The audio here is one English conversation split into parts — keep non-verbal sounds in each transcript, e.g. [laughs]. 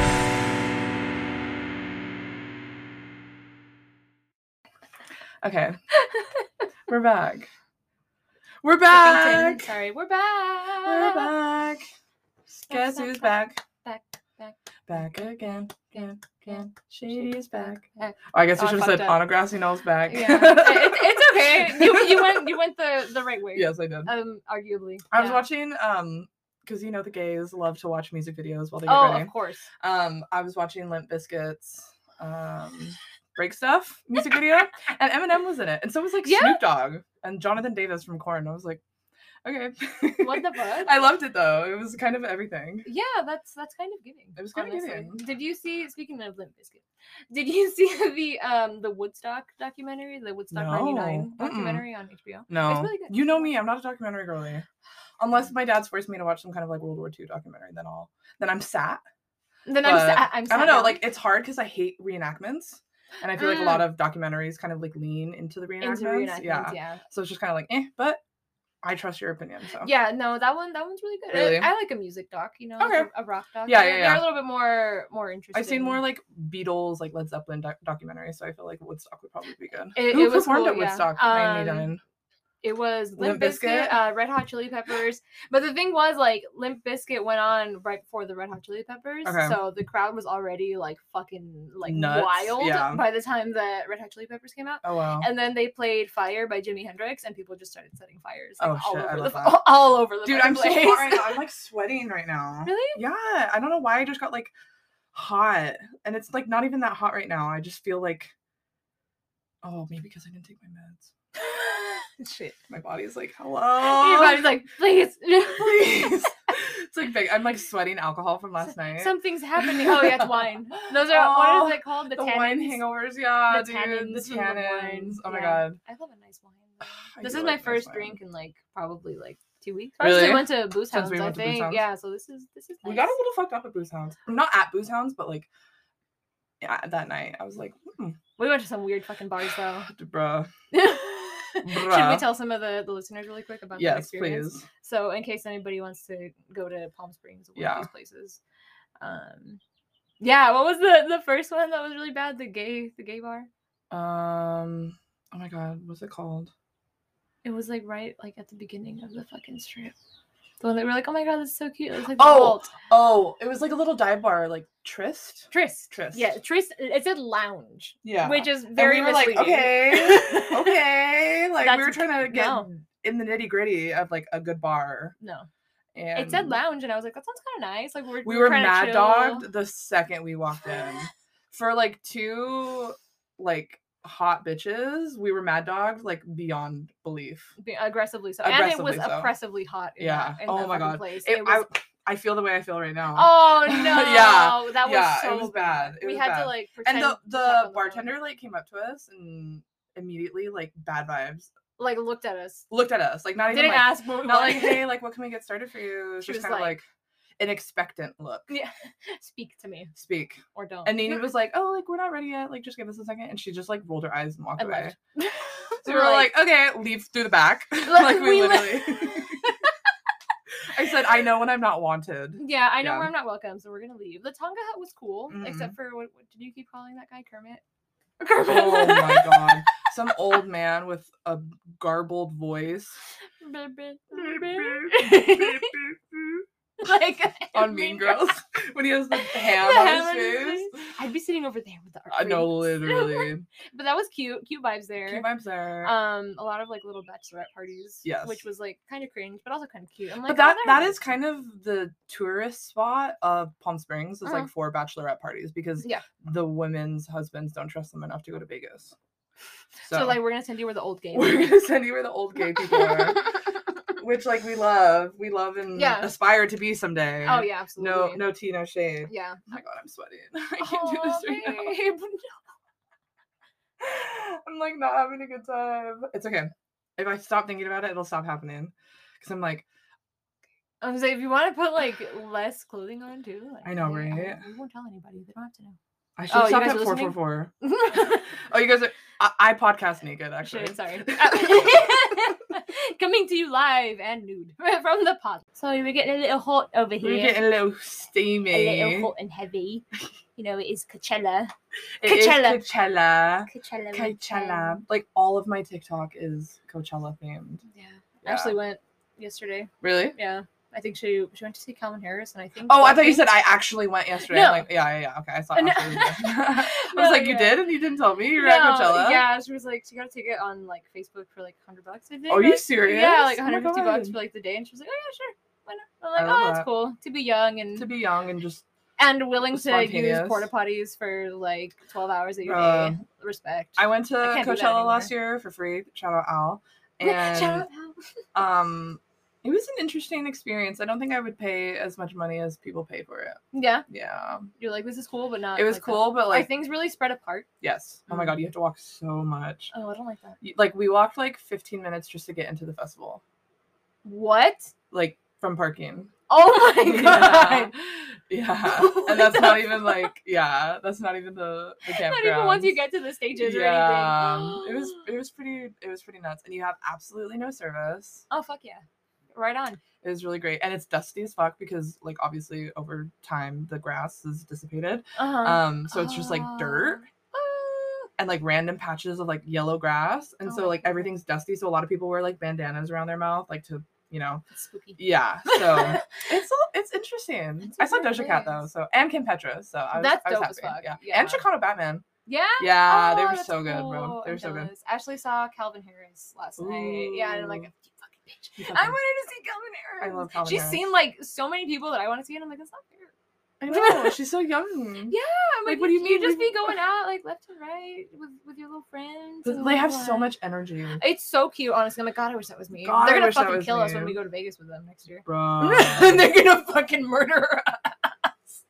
[laughs] Okay. We're back. We're Tippington, back. Sorry, we're back. We're back. Guess back, who's back, back? back, back, Back again. Again. Again. She is back. back. Oh, I guess we Oh, I should have said fucked up. on a grassy knoll's back. Yeah, [laughs] it, it's okay. You, you went you went the the right way. yes, I did. Um, arguably. I was Yeah. watching um because you know the gays love to watch music videos while they get Oh, ready. of course. Um, I was watching Limp Biscuits, um, Break Stuff music video, and Eminem was in it, and so was like Yeah. Snoop Dogg and Jonathan Davis from Korn. I was like, okay, What the fuck? [laughs] I loved it though. It was kind of everything. Yeah, that's that's kind of giving. It was kind of giving. Did you see? Speaking of Limp Bizkit, did you [laughs] see the um the Woodstock documentary, the Woodstock '99 No, mm-mm. documentary on HBO? No, really good. you know me. I'm not a documentary girly, unless my dad's forced me to watch some kind of like World War II documentary. Then I'll then I'm sat. Then I'm But, sa- I'm I sad don't know. now. Like it's hard because I hate reenactments, and I feel like a lot of documentaries kind of like lean into the reenactments. Mm. into reenactments, yeah. yeah. yeah. So it's just kind of like, eh, but I trust your opinion. So no, that one that one's really good. I- Oh. Really? I, like a music doc, you know, like Okay. a, a rock doc. Yeah, They're- yeah, They're yeah. a little bit more more interesting. I've seen more like Beatles, like Led Zeppelin doc- documentaries, so I feel like Woodstock would probably be good. It- Who it was performed cool, at yeah. Woodstock? Naomi Um, Dunn. It was Limp Limp, Bizkit, Bizkit. uh, Red Hot Chili Peppers. But the thing was, like, Limp Bizkit went on right before the Red Hot Chili Peppers, Okay. so the crowd was already like fucking like Nuts, wild yeah. by the time that Red Hot Chili Peppers came out. Oh wow. And then they played "Fire" by Jimi Hendrix, and people just started setting fires like, Oh, all shit, I over love the that. [laughs] all over the Dude, I'm so [laughs] fireplace. hot right now. I'm like sweating right now. [laughs] [laughs] really? Yeah, I don't know why I just got like hot, and it's like not even that hot right now. I just feel like, oh, maybe because I didn't take my meds. [laughs] Shit. My body's like, Everybody's hello, like, please, [laughs] please. it's like big. I'm like sweating alcohol from last night. [laughs] something's happening. Oh yeah, it's wine. Those are what Oh, is it called? The, the wine tannins? hangovers, yeah, the dude. tannins the from the wine, tannins. oh my yeah. god. I love a nice wine. though. I this do like is my nice first wine. drink in like probably like two weeks. Really? Really? went to Booze Since House, we I went to Booze think. Hounds? Yeah, so this is this is. We got a nice. little fucked up at Booze Hounds. Not at Booze Hounds, but like yeah, that night. I was like, hmm, We went to some weird fucking bars though. [laughs] d- bruh. Should we Bruh. tell some of the, the listeners really quick about that Yes, experience? please. So, in case anybody wants to go to Palm Springs or one Yeah. of these places, um, yeah. What was the the first one that was really bad? The gay the gay bar. Um. Oh my god, what's it called? It was like right like at the beginning of the fucking strip. The one that we were like, oh my god, this is so cute. It was like the Oh! vault. Oh, it was like a little dive bar, like Trist. Trist. Trist. Yeah, Trist. It said lounge, Yeah. which is And very we were like, misleading. [laughs] okay, okay. Like we That's- were trying to get No, in the nitty gritty of like a good bar, no. and It said lounge, and I was like, that sounds kind of nice. Like we're we we're were trying to mad chill. dogged the second we walked in for like two like hot bitches we were mad dogged like beyond belief Be- aggressively so, and it Aggressively was so. oppressively hot. In Yeah. That, in Oh that my fucking God. Place. It- It, was. i feel the way i feel right now [laughs] Oh [laughs] no. Yeah. That was Yeah, it so was bad. It we was had to bad. like pretend. and the to talk on the phone. bartender like came up to us and immediately like bad vibes like looked at us. looked at us like not even Didn't like, ask. What we not like wanted. hey like what can we get started for you it's She just was kind of like- like, an expectant look Yeah. [laughs] Speak to me speak or don't. and [laughs] nini was like oh like we're not ready yet like just give us a second and she just like rolled her eyes and walked and away left. So we were like, okay, leave through the back. [laughs] like we, we literally. left. I said, I know when I'm not wanted. Yeah, I know Yeah. Mm-hmm. where I'm not welcome, so we're gonna leave. The Tonga Hut was cool, except for what, what did you keep calling that guy Kermit? [laughs] Kermit. Oh my god, some old man with a garbled voice [laughs] [laughs] like [laughs] on Mean [laughs] Girls when he has the ham The on ham on his his face. I'd be sitting over there with the art. I know, [laughs] critics. literally. but that was cute. Cute vibes there. Cute vibes there. Um, a lot of like little bachelorette parties. Yes. Which was like kind of cringe, but also kind of cute. I'm like, "Oh, but that that is kind of the tourist spot of Palm Springs is Uh-huh. like for bachelorette parties because Yeah. the women's husbands don't trust them enough to go to Vegas. so. so like we're gonna send you where the old game. we're gonna send you where the old gay people [laughs] [laughs] are, which like we love, we love and Yeah. aspire to be someday. oh yeah, absolutely. No, no tea, no shade. [laughs] Yeah. Oh my god, I'm sweating. [laughs] I can't do Aw, this right now. babe. [laughs] [laughs] I'm like not having a good time. It's okay. If I stop thinking about it, it'll stop happening. Cause I'm like, I was like, if you want to put like less clothing on too, like, I know, we- right? won't- We won't tell anybody. They don't have to I should Oh, have you stopped guys at are four listening? four four. [laughs] know. Oh, you guys are. I, I podcast naked actually. Shit, sorry. [laughs] [laughs] Uh, Coming to you live and nude from the pod. Sorry, we're getting a little hot over We're here. getting a little steamy. a little hot and heavy. you know, it is Coachella. It is Coachella. Coachella. Coachella. Coachella. Like all of my TikTok is Coachella themed. Yeah. Yeah. Ashley went yesterday. Really? Yeah. I think she she went to see Calvin Harris, and I think. Oh, I that thought you said makes- I actually went yesterday. I'm No. like, yeah, yeah, yeah. Okay, I saw. Uh, [laughs] no. Ashley was there. [laughs] I was No, like, you Oh, yeah. did, and you didn't tell me you were No, at Coachella. Yeah, she was like, she got a ticket on like Facebook for like hundred bucks. I think. Are you like- serious? Yeah, like Oh my 150 bucks God. for like the day, and she was like, "Oh yeah, sure, why not?" I I'm like, love "Oh, that's that. cool to be young and To be young and just and willing to use Spontaneous. porta potties for like 12 hours of your Uh, day. Respect." I went to I can't do that Coachella last year for free. Shout out Al. [laughs] And Shout out. um it was an interesting experience. I don't think I would pay as much money as people paid for it. Yeah, Yeah. you're like, this is cool, but not. It was Uh, like that. cool, but Are like things really spread apart? yes. Oh my Mm. god, you have to walk so much. Oh, I don't like that. You- Like we walked like 15 minutes just to get into the festival. What? Like from parking. [laughs] Oh my Yeah. god! [laughs] Yeah. What And that's the not even like yeah, that's not even the the [laughs] Not even once you campgrounds. get to the stages yeah. or anything. It was it was pretty it was pretty nuts. And you have absolutely no service. [gasps] Oh fuck yeah! Right on. It was really great. And it's dusty as fuck because like obviously over time the grass is dissipated. Uh huh. Um so it's just like dirt and like random patches of like yellow grass. And Oh so my like goodness. everything's dusty. So a lot of people wear like bandanas around their mouth, like to you know. spooky. Yeah. [laughs] So it's all- it's interesting. That's I saw what it Doja Cat though, is. so and Kim Petra. So I was, That's I was dope as happy. fuck, Yeah. yeah. And Chicago Batman. Yeah. Yeah, they Oh, were that's so good, cool. bro. They were I'm so good. jealous. Ashley saw Calvin Harris last night. Yeah, and I'm like, Ooh. you fucking bitch. You I fucking- wanted to see Calvin Harris. I love Calvin She's Harris. seen like so many people that I want to see, and I'm like, that's not fair. I know she's so young. Yeah, I'm Like, like, what do you mean You just we- be going out like left and right with with your little friends. But and They have blah, so blah. much [laughs] energy, It's so cute, honestly. I'm like, God, I wish that was me. God, I They're gonna wish that fucking was kill us when me. we go to Vegas with them next year. [laughs] bro. They're gonna fucking murder us.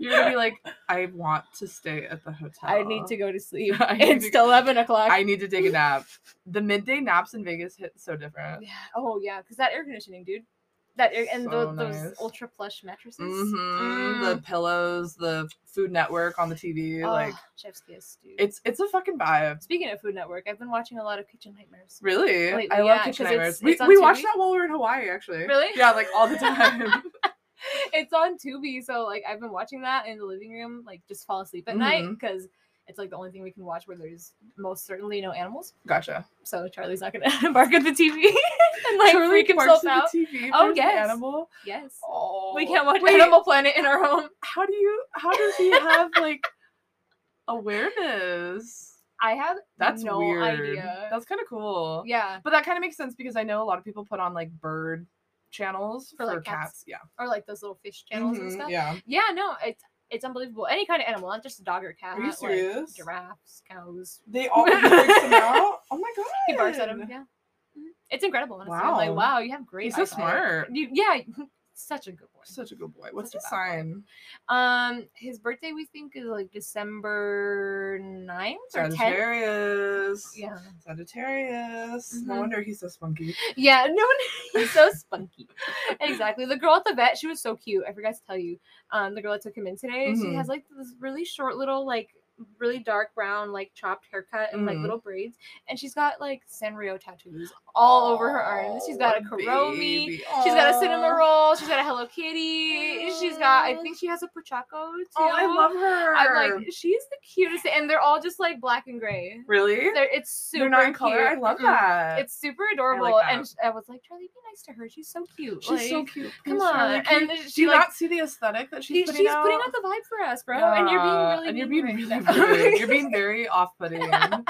You're gonna be like, I want to stay at the hotel. [laughs] I need to go [laughs] to sleep. I need it's to- still eleven o'clock. I need to take a nap. The midday naps in Vegas hit so different. Yeah. Oh yeah, because that air conditioning, dude. That air and So tho- those nice. ultra plush mattresses. hmm The Mm. pillows, the Food Network on the TV, Oh, like chef's kiss, dude. it's it's a fucking vibe. Speaking of Food Network, I've been watching a lot of Kitchen Nightmares. Really, Wait, I yeah, love 'cause Kitchen it's- Nightmares. We, it's on we watched TV? that while we were in Hawaii, actually. Really? Yeah, like [laughs] all the time. it's on Tubi, so like I've been watching that in the living room, like just fall asleep at night Mhm. because it's like the only thing we can watch where there's most certainly no animals. gotcha. So Charlie's not gonna [laughs] bark at the TV and [laughs] like Charlie freak barks himself at out. The TV Oh, oh yes. yes. animal. Yes. Oh, We can't watch wait, Animal Planet in our home. How do you? How does he have like [laughs] awareness? [laughs] I have That's no weird. idea. That's kind of cool. yeah. But that kind of makes sense because I know a lot of people put on like bird channels For, for, like, cats. cats. Yeah. Or like those little fish channels and Mhm, stuff. Yeah. Yeah, no, it's it's unbelievable. Any kind of animal, not just a dog or a cat. Are you like, serious? giraffes, cows. They all he freaks them out. Oh my god. He barks at them. Yeah, Mhm. it's incredible. Honestly. I'm like, Wow. wow, you have great. He's so eyesight." smart. You, yeah, [laughs] such a good boy. Such a good boy. What's Such a his bad boy. sign? Um, his birthday we think is like December 9th or tenth. Sagittarius. Yeah, Sagittarius. Mhm. No wonder he's so spunky. yeah. [laughs] No one. He's so spunky. exactly. The girl at the vet, she was so cute. I forgot to tell you. Um, the girl that took him in today, she Mhm. has like this really short little like really dark brown like chopped haircut and like Mhm. little braids and she's got like sanrio tattoos all over her arms she's got a Oh, karomi baby. She's got a Aw. cinema roll. She's got a Hello Kitty. She's got, I Aw. think she has a Pachaco too. Oh, I love her. I'm like, she's the cutest, and they're all just like black and gray. really? They're, it's super They're not in color. cute. I love Mm-mm. that. It's super adorable, that. and sh- I was like, Charlie, be nice to her. She's so cute. she's so Like, cute. She's come really on. cute. And Do she you like, not see the aesthetic that she's she's, putting she's out? putting out the vibe for us, bro. And you're being Yeah, really and you're mean being right really now. [laughs] rude. You're being very off-putting. and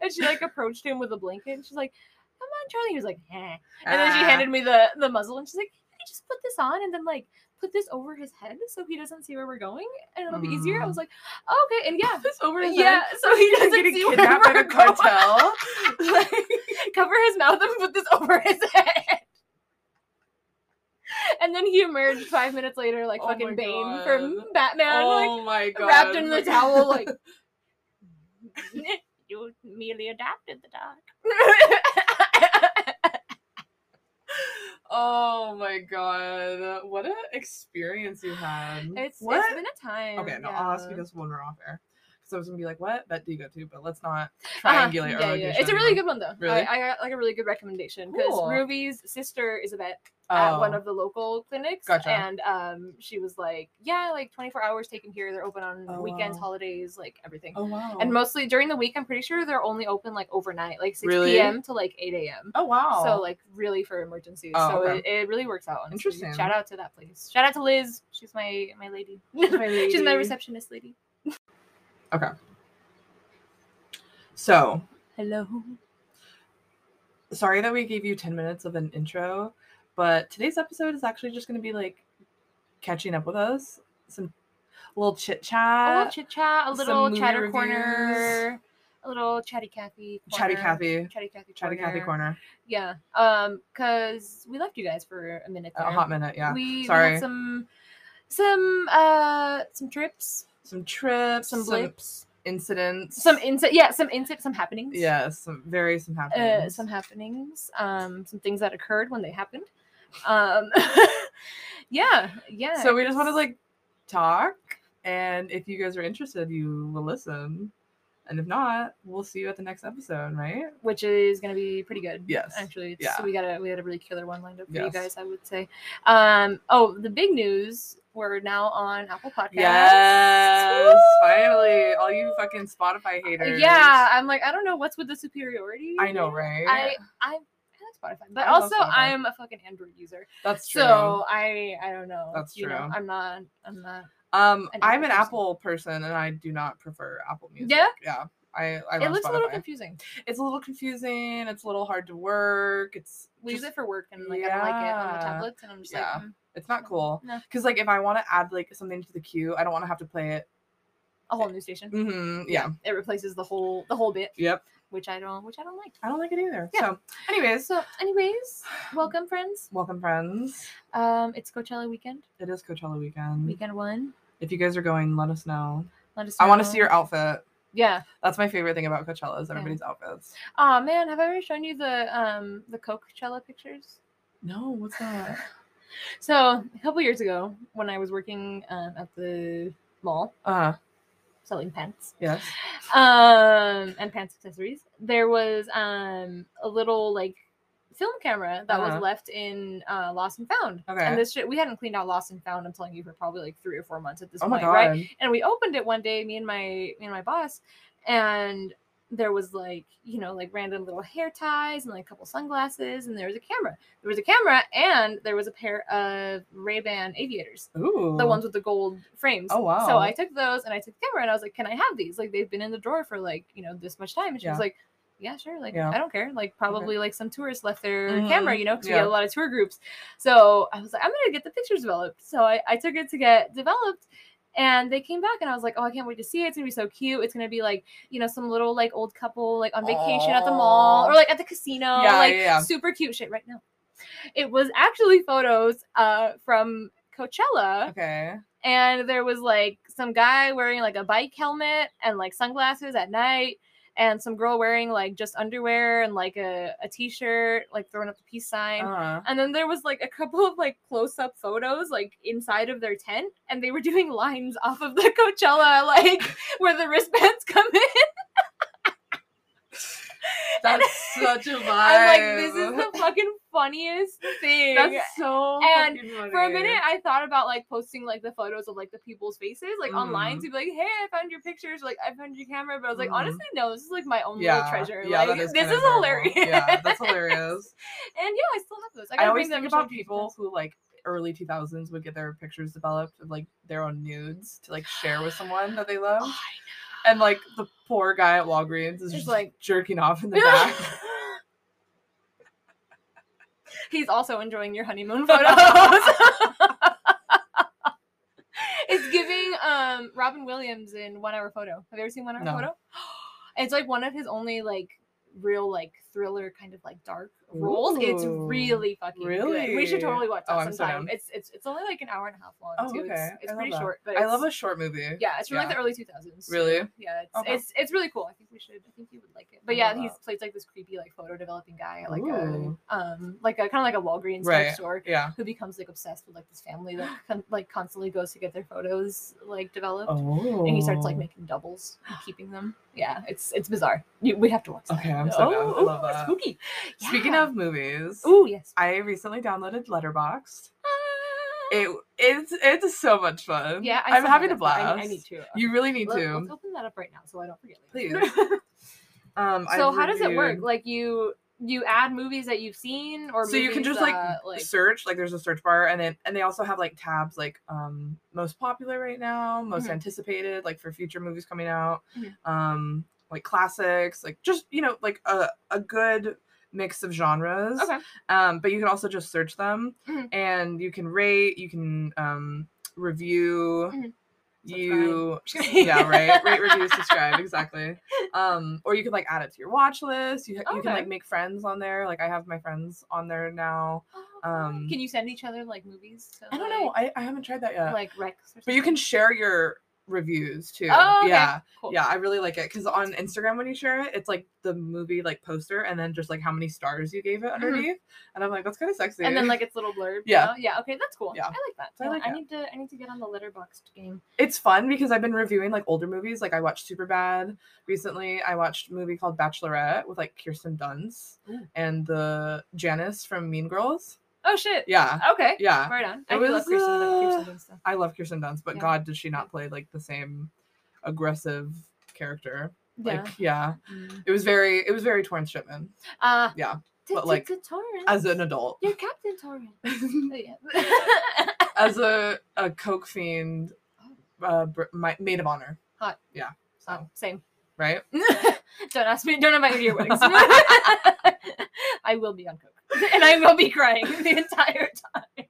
and she like approached him with a blanket, and she's like, "Come on, Charlie." He was like, "Eh." And then she Ah. handed me the the muzzle, and she's like, "Can you just put this on and then like put this over his head so he doesn't see where we're going, and it'll be easier." I Mm. was like, oh, "Okay," and yeah, this over his yeah. head. So [laughs] he He's doesn't getting see [laughs] where kidnapped by we're the going. cartel. [laughs] Cover his mouth and put this over his head. And then he emerged five minutes later, like Oh my fucking Bane God. from Batman, like oh my god! wrapped in the towel, [laughs] like. You merely adapted the dog. Oh my god! What an experience you had. It's, what? [laughs] it's been a time. okay, no, I'll ask you yeah. this when we're off air. 'Cause so I was gonna be like, what vet do you go to? But let's not Uh-huh. triangulate. our Yeah, yeah. It's a location. really good one though. Really? I, I got like a really good recommendation because Cool. Ruby's sister is a vet at oh. one of the local clinics, Gotcha. and um, she was like, "Yeah, like 24 hours taken here. They're open on Oh, weekends, wow. holidays, like everything." Oh wow. And mostly during the week, I'm pretty sure they're only open like overnight, like 6 Really? p.m. to like 8 a.m. oh wow. So like [laughs] really for emergencies. Oh, so okay. it, it really works out. Honestly. Interesting. Shout out to that place. Shout out to Liz. She's my my lady. [laughs] She's my receptionist lady. So Hello. sorry that we gave you 10 minutes of an intro, but today's episode is actually just going to be like catching up with us, some little chit a little chat, chit chat, a Uh, some little movie chatter reviews. corner, a little chatty Cathy. chatty corner, Cathy, Chatty Cathy. chatty Cathy corner, Yeah. Um, cause we left you guys for a minute. There. Uh, a Oh, hot minute, yeah. We, we Sorry. had some, some uh, some trips, some trips, some blips, incidents, some insight. Yeah, some insight, some happenings. yeah, some very some Uh, happenings. some happenings. Um, some things that occurred when they happened. Um, [laughs] yeah, yeah. so we just want to it's- like talk, and if you guys are interested, you will listen, and if not, we'll see you at the next episode, right? which is gonna be pretty good. Yes. actually, it's, Yeah. we got a we got a really killer one lined up for you Yes. guys. I would say. Um. Oh, the big news. We're now on Apple Podcasts. Yes, Woo! finally, all you fucking Spotify haters. Uh, Yeah, I'm like, I don't know what's with the superiority. I know, right? I I, I like Spotify, but I love also Spotify. I'm a fucking Android user, That's true. so I I don't know. That's You know, true. I'm not. I'm not. um, an I'm Apple an person. Apple person, and I do not prefer Apple music. Yeah? yeah. I, I It love looks Spotify. a little confusing. it's a little confusing. It's a little hard to work. It's We use just- it for work, and like I don't like it on the Yeah. tablets, and I'm just Yeah. like, mm, It's not cool. No. Cause like if I want to add like something to the queue, I don't want to have to play it. a whole new station. hmm Yeah. it replaces the whole the whole bit, Yep. which I don't which I don't like. I don't like it either. Yeah. So, anyways, So, [sighs] anyways, welcome, friends. welcome friends. Um, it's Coachella weekend, It is Coachella weekend. weekend one. If you guys are going, let us know. Let us. Mm. I want to see know. your outfit. Yeah. That's my favorite thing about Coachella is Yeah. everybody's outfits. Oh man, have I ever shown you the um the Coachella pictures? No, what's that? [laughs] So a couple years ago, when I was working um, at the mall Uh, selling pants yes. um, and pants accessories, there was um, a little like film camera that Uh-huh. was left in uh, Lost and Found. Okay. And this shit, we hadn't cleaned out Lost and Found. I'm telling you for probably like three or four months at this Oh my point, god. right? And we opened it one day, me and my me and my boss, and there was like you know like random little hair ties and like a couple sunglasses, and there was a camera. There was a camera, and there was a pair of Ray Ban aviators Ooh. the ones with the gold frames. Oh, wow. So I took those and I took the camera and I was like, "Can I have these? Like they've been in the drawer for like you know this much time." And she Yeah. was like, "Yeah, sure. Like Yeah. I don't care. Like probably like some tourist left their camera, Mhm. you know, because Yeah. we had a lot of tour groups." So I was like, "I'm gonna get the pictures developed." So I, I took it to get developed. And they came back and I was like, oh, I can't wait to see it. It's gonna be so cute. It's gonna be like, you know, some little like old couple like on vacation at the mall Aw. or like at the casino. Yeah, like yeah, yeah. super cute shit right now. It was actually photos uh from Coachella Okay. and there was like some guy wearing like a bike helmet and like sunglasses at night and some girl wearing like just underwear and like a, a t-shirt like throwing up the peace sign Uh, [laughs] and then there was like a couple of like close-up photos like inside of their tent and they were doing lines off of the coachella like [laughs] where the wristbands come in that's such a vibe. i'm like this is the fucking funniest thing Oh. [laughs] That's so. And fucking funny. for a minute i thought about like posting like the photos of like the people's faces like online Mhm. to be like hey i found your pictures like i found your camera but i was like Mhm. honestly no this is like my own little yeah, treasure yeah, that like is [laughs] this kinda is adorable. hilarious Yeah, that's hilarious. [laughs] and yeah i still have those i, I gotta always bring them think to about the people who like early 2000s would get their pictures developed of like their own nudes to like share with someone [gasps] that they love. Oh, And like the poor guy at Walgreens is Just just like- like jerking off in [laughs] the Yeah. back. he's also enjoying [laughs] your honeymoon photos it's giving um Robin Williams in One Hour Photo. [gasps] Have you ever seen One Hour No. Photo? It's like one of his only like real like thriller kind of like dark roles. It's Ooh, really fucking really. We should really? totally watch that Oh, I'm so sometime. down. It's it's it's only like an hour and a half long Oh, too. It's, okay. it's I love pretty that. short, but I love it's- a short movie. Yeah, it's from like yeah. the early two thousands. Really? Yeah, it's, Okay. it's it's really cool. I think we should. I think you would like it. But I yeah, love he's that. plays like this creepy like photo developing guy, at, like Ooh. a um like a kind of like a Walgreens Right. type store Yeah. who becomes like obsessed with like this family that con- like constantly goes to get their photos like developed. Oh. And he starts like making doubles and keeping them. Yeah, it's it's bizarre. You, we have to watch. That. Okay, I'm so down. I ooh, love that. Spooky. Oh. Speaking Yeah. of movies, Ooh yes. I recently downloaded [gasps] Letterboxd. Ah. It it's it's so much fun. yeah, I I'm still having have a it, but I, blast. I need to. Okay. You really need Let, to. Let's open that up right now so I don't forget. Please. [laughs] later. Um, I so how does it work? reviewed- Like you you add movies that you've seen or So you can movies just, like, that, like search like there's a search bar and then and they also have like tabs like um most popular right now most Mhm. anticipated like for future movies coming out Mhm. um like classics like just you know like a, a good mix of genres okay um but you can also just search them Mhm. and you can rate you can um review Mhm. you [laughs] yeah right rate review subscribe exactly um or you can like add it to your watch list you, you can Okay. like make friends on there like i have my friends on there now Um, can you send each other like movies? To, I don't know. like- I, I haven't tried that yet. Like Rex, or but you something? can share your reviews too. Oh, okay. Yeah. Cool. Yeah, I really like it because on Instagram when you share it, it's like the movie like poster and then just like how many stars you gave it underneath. And I'm like, that's kind of sexy. Mm-hmm. and then like its little blurb. Yeah. you know? yeah. Okay, that's cool. Yeah. I like that. So I Yeah, like I it. need to I need to get on the letterboxed game. it's fun because I've been reviewing like older movies. Like I watched Superbad recently. I watched a movie called Bachelorette with like Kirsten Dunst Ooh. and the Janice from Mean Girls. Oh shit. Yeah. Okay. Yeah. Right on. It I do love was, Kirsten, uh, Kirsten Dunst stuff. I love Kirsten Dunst, but Yeah. God, does she not play like the same aggressive character? Yeah. Like, yeah. Mm. It was very it was very Torrance Shipman Uh, yeah, t- but, t- like, t- Torrance. as [laughs] an adult, You're Captain Torrance. [laughs] Oh, yeah. as a a coke fiend, uh, br- my, maid of honor. Hot. Yeah. Oh, [laughs] So same. right. don't ask me. Don't invite me to [laughs] your weddings. I will be on coke, [laughs] and I will be crying [laughs] the entire time.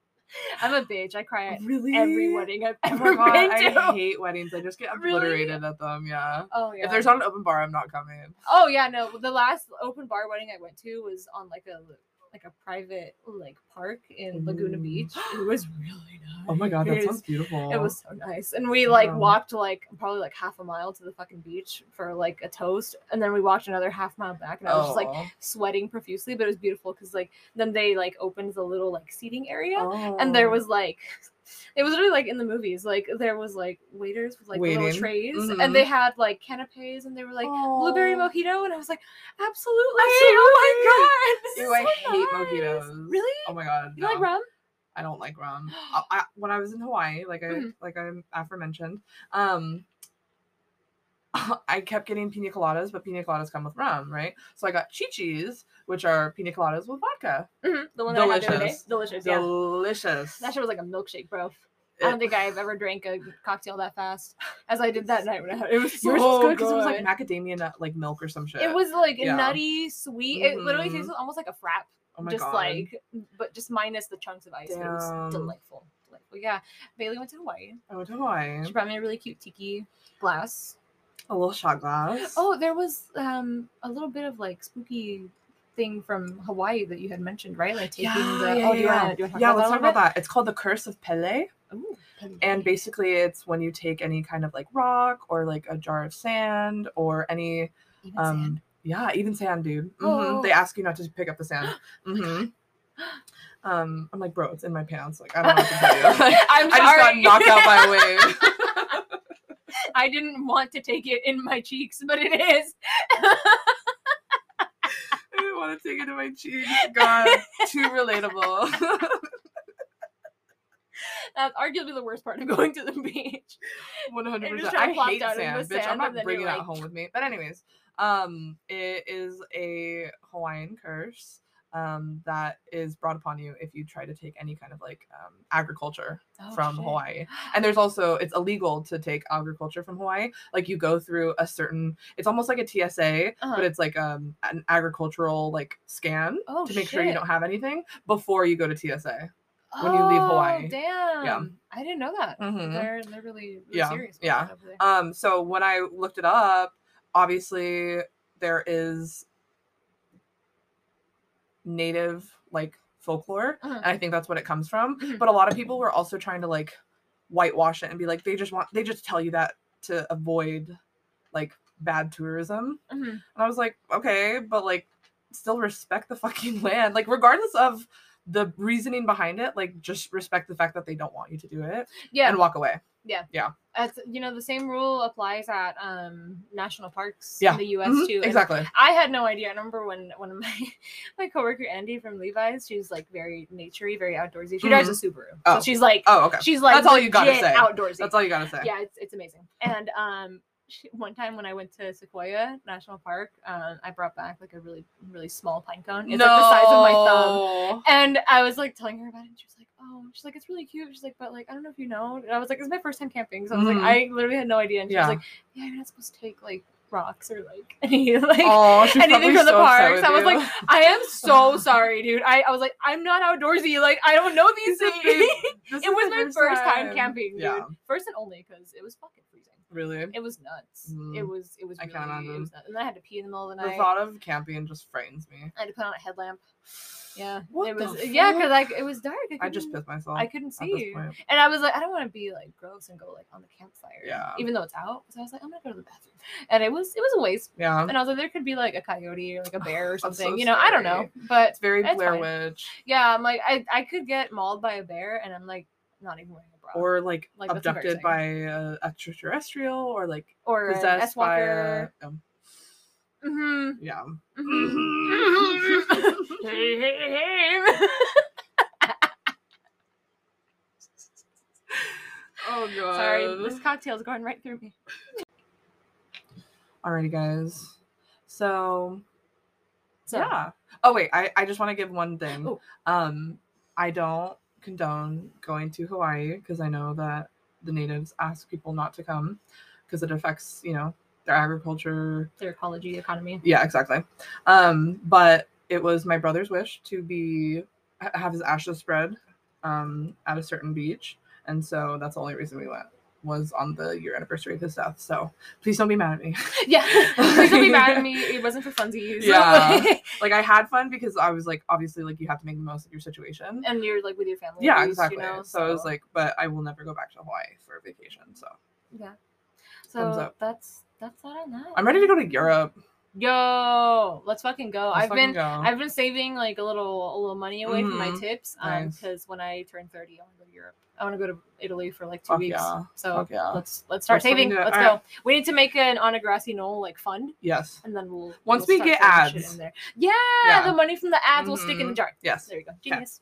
I'm a bitch. I cry at Really. every [laughs] wedding I've Oh [laughs] ever my God, been to. I hate weddings. I just get Really? obliterated at them. Yeah. oh yeah. If there's not an open bar, I'm not coming. oh yeah, no. The last open bar wedding I went to was on like a like a private like park in Laguna Ooh. Beach. [gasps] It was really nice. Oh my god, that sounds beautiful. It was so nice. And we like Yeah. walked like probably like half a mile to the fucking beach for like a toast. And then we walked another half mile back and I was just like Oh. sweating profusely, but it was beautiful because like then they like opened the little like seating area and Oh. there was like it was literally like in the movies, like there was like waiters with like Waiting. little trays Mhm. and they had like canapes and they were like blueberry Oh. mojito and I was like, absolutely. Oh my god. Ew, I hate this is so nice." mojitos. Really? Oh my god. You like no. rum? I don't like [gasps] rum. I, I, when I was in Hawaii, like I Mhm. like I aforementioned, um, [laughs] I kept getting pina coladas, but pina coladas come with rum, right? So I got chichis, which are pina coladas with vodka. Mhm. The one that I had the other day. Delicious. Delicious, yeah. Delicious. That shit was like a milkshake, bro. I [laughs] don't think I've ever drank [sighs] a cocktail that fast as I did that night. When I had, it was so Yours was good good. because it was like macadamia nut, like milk or some shit. It was like Yeah. nutty, sweet. It literally Mhm. tasted almost like a frap, oh my just God. like, but just minus the chunks of ice. It Damn. was delightful, delightful. Yeah, Bailey went to Hawaii. I went to Hawaii. She brought me a really cute tiki glass. A little shot glass. Oh, there was um a little bit of like spooky thing from Hawaii that you had mentioned, right? Like taking yeah, the. yeah, oh, do you yeah. want to talk yeah about let's that? talk about that. It's called the Curse of Pele. a little bit? Ooh, and basically it's when you take any kind of like rock or like a jar of sand or any Even um sand. yeah even sand dude hmm Oh. they ask you not to pick up the [gasps] sand hmm um i'm like bro it's in my pants like i don't know what to tell [laughs] you Like, I'm i just got sorry. knocked out by a [laughs] wave [laughs] I didn't want to take it in my cheeks, but it is. i didn't want to take it to my cheeks god too relatable [laughs] That's arguably the worst part of going to the [laughs] beach. 100 And just percent. try to I plop hate down in sand, bitch. the I'm sand, not and then bringing you're that like- home with me. But anyways, um, it is a Hawaiian curse um that is brought upon you if you try to take any kind of like um, agriculture Oh, from Hawaii. And there's also it's illegal to take agriculture from Hawaii. Like you go through a certain, it's almost like a TSA, Uh-huh. but it's like um an agricultural like scan. Oh, to make sure you shit. don't have anything before you go to TSA. when you leave Oh, Hawaii. Damn. I didn't know that. Mhm. They're they're really, really Yeah, serious. about yeah. that over there. Um, so when I looked it up, obviously there is native like folklore Mhm. and i think that's what it comes from Mhm. but a lot of people were also trying to like whitewash it and be like they just want they just tell you that to avoid like bad tourism Mhm. and I was like, okay, but like still respect the fucking [laughs] land. Like regardless of the reasoning behind it, like just respect the fact that they don't want you to do it Yeah, and walk away. that's, you know the same rule applies at um national parks Yeah. in the U.S. Mhm, too. and Exactly. I had no idea. I remember when one of my [laughs] my coworker Andy from Levi's, she was like very naturey, very outdoorsy. She drives a Subaru, Oh. so she's like Oh, okay. she's like That's all you gotta legit say. Outdoorsy. That's all you gotta say. yeah, it's it's amazing. And um, she, one time when I went to Sequoia National Park, um, I brought back like a really really small pine cone. It's like the size of my thumb. No. And I was like telling her about it, and she was like, "Oh, she's like, it's really cute." She's like, "But like, I don't know if you know." And I was like, "It's my first time camping," so I was Mhm. like, "I literally had no idea." And she Yeah. was like, "Yeah, you're not supposed to take like rocks or like [laughs] any [laughs] like." Oh, she's anything probably from the so upset parks, with I was you. like, [laughs] I am so sorry, dude. I, I was like, I'm not outdoorsy. Like, I don't know these This is- things. [laughs] it this is was the my first time camping, dude. Yeah, First and only because it was fucking freezing. really. It was nuts. It Mm. was it was I really, can't it imagine. was nuts. And then I had to pee in the middle of the The night. thought of camping just frightens me. I had to put on a headlamp. Yeah, What it the was yeah, fuck? cause like it was dark. I, I just couldn't- pissed myself. I couldn't at this see, point. and I was like, I don't want to be like gross and go like on the campfire. Yeah. even though it's out, so I was like, I'm gonna go to the bathroom, and it was it was a waste. Yeah, And I was like, there could be like a coyote or like a [sighs] bear or That's so something, you know? I don't know, scary. but it's very it's Blair fine. Witch. yeah, I'm like, I I could get mauled by a bear, and I'm like, not even wearing a bra, or like, Like, that's abducted by an extraterrestrial or like or an possessed by a, Walker. um, hmm [laughs] yeah [laughs] Mhm. Hey, hey, hey. oh god [laughs] Sorry, this cocktail's going right through me. alrighty guys so, So, yeah oh wait i, I just want to give one thing Oh. um i don't condone going to hawaii because i know that the natives ask people not to come because it affects you know their agriculture their ecology, economy. [laughs] Yeah, exactly. Um, but it was my brother's wish to be ha- have his ashes spread um, at a certain beach, and so that's the only reason we went was on the year anniversary of his death. So please don't be mad at me. [laughs] Yeah, please don't be mad at me. It wasn't for funsies. Yeah. like I had fun because I was like, obviously, like you have to make the most of your situation. [laughs] and you're like with your family. yeah, at least, exactly. You know, so I was like, but I will never go back to Hawaii for a vacation. So yeah. thumbs So up. that's that's that on that. I'm ready to go to Europe. Yo, let's fucking go. Let's I've fucking been go. I've been saving like a little a little money away from my Mhm. tips, um, Nice. because when I turn thirty, I want to go to Europe. I want to go to Italy for like two Fuck weeks. yeah. So Fuck yeah. let's let's start Let's fucking saving. do it. Let's go. Alright. We need to make an on a grassy knoll like fund, yes. and then we'll Once we'll we get start throwing shit ads. in there. Yeah, Yeah. the money from the ads will stick in the Mhm. jar. Yes. There you go. Genius.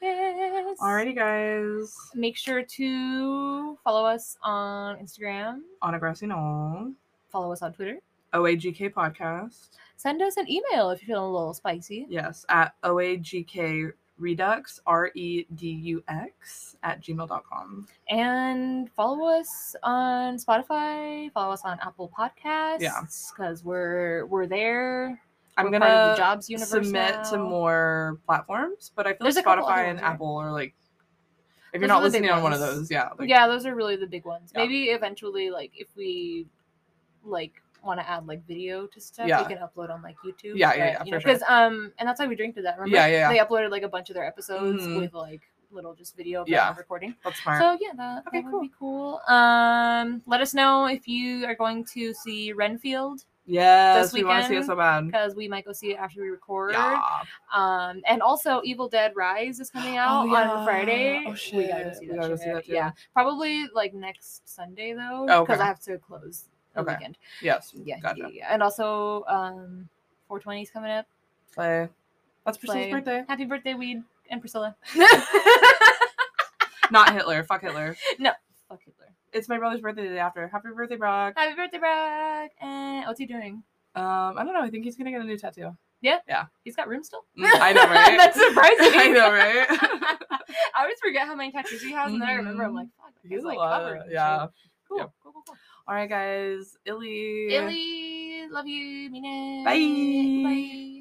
Genius. Alrighty, guys. Make sure to follow us on Instagram. on a grassy knoll, Follow us on Twitter. OAGK podcast. Send us an email if you're feeling a little spicy. Yes, at OAGK redux, R E D U X, at gmail.com. And follow us on Spotify. Follow us on Apple Podcasts. Because we're we're there. I'm we're going part of the to jobs universe. submit now. to more platforms, but I feel There's a like couple other Spotify and ones, right? Apple are like, if Those you're not are the big listening on one of ones. those, yeah. like- yeah those are really the big ones Yeah. maybe eventually like if we like want to add like video to stuff Yeah. we can upload on like youtube Yeah, yeah, yeah, for sure. because um and that's how we drink to that remember Yeah, yeah, yeah. they uploaded like a bunch of their episodes Mhm. with like little just video of Yeah. them recording That's smart. so yeah that, Okay, that would cool. be cool um let us know if you are going to see renfield yes, this we want to see it weekend, so bad. because we might go see it after we record Mm-hmm. Yeah. um and also evil dead rise is coming out on yeah. friday Oh, we gotta go shit. see We that, gotta go shit. see that too. yeah probably like next sunday though Oh, because okay. i have to close the Okay. weekend Yes. yeah, Gotcha. yeah, yeah. and also um 420 is coming up Play. That's Priscilla's Play. birthday. happy birthday weed and priscilla [laughs] Not Hitler. Fuck Hitler. fuck hitler It's my brother's birthday the day after. Happy birthday, Brock. happy birthday brad and what's he doing Um, I don't know. I think he's gonna get a new tattoo. he's got room still Mm, I [laughs] know, right? [laughs] that's surprising I know, right? [laughs] i always forget how many tattoos he has and then i remember i'm Mhm. [laughs] like fuck that [laughs] He's guy's, a like lot. covered in uh, yeah. shit. cool Yep. cool cool cool All right, guys. Illy. Illy, love you. Mean it. Bye. Bye.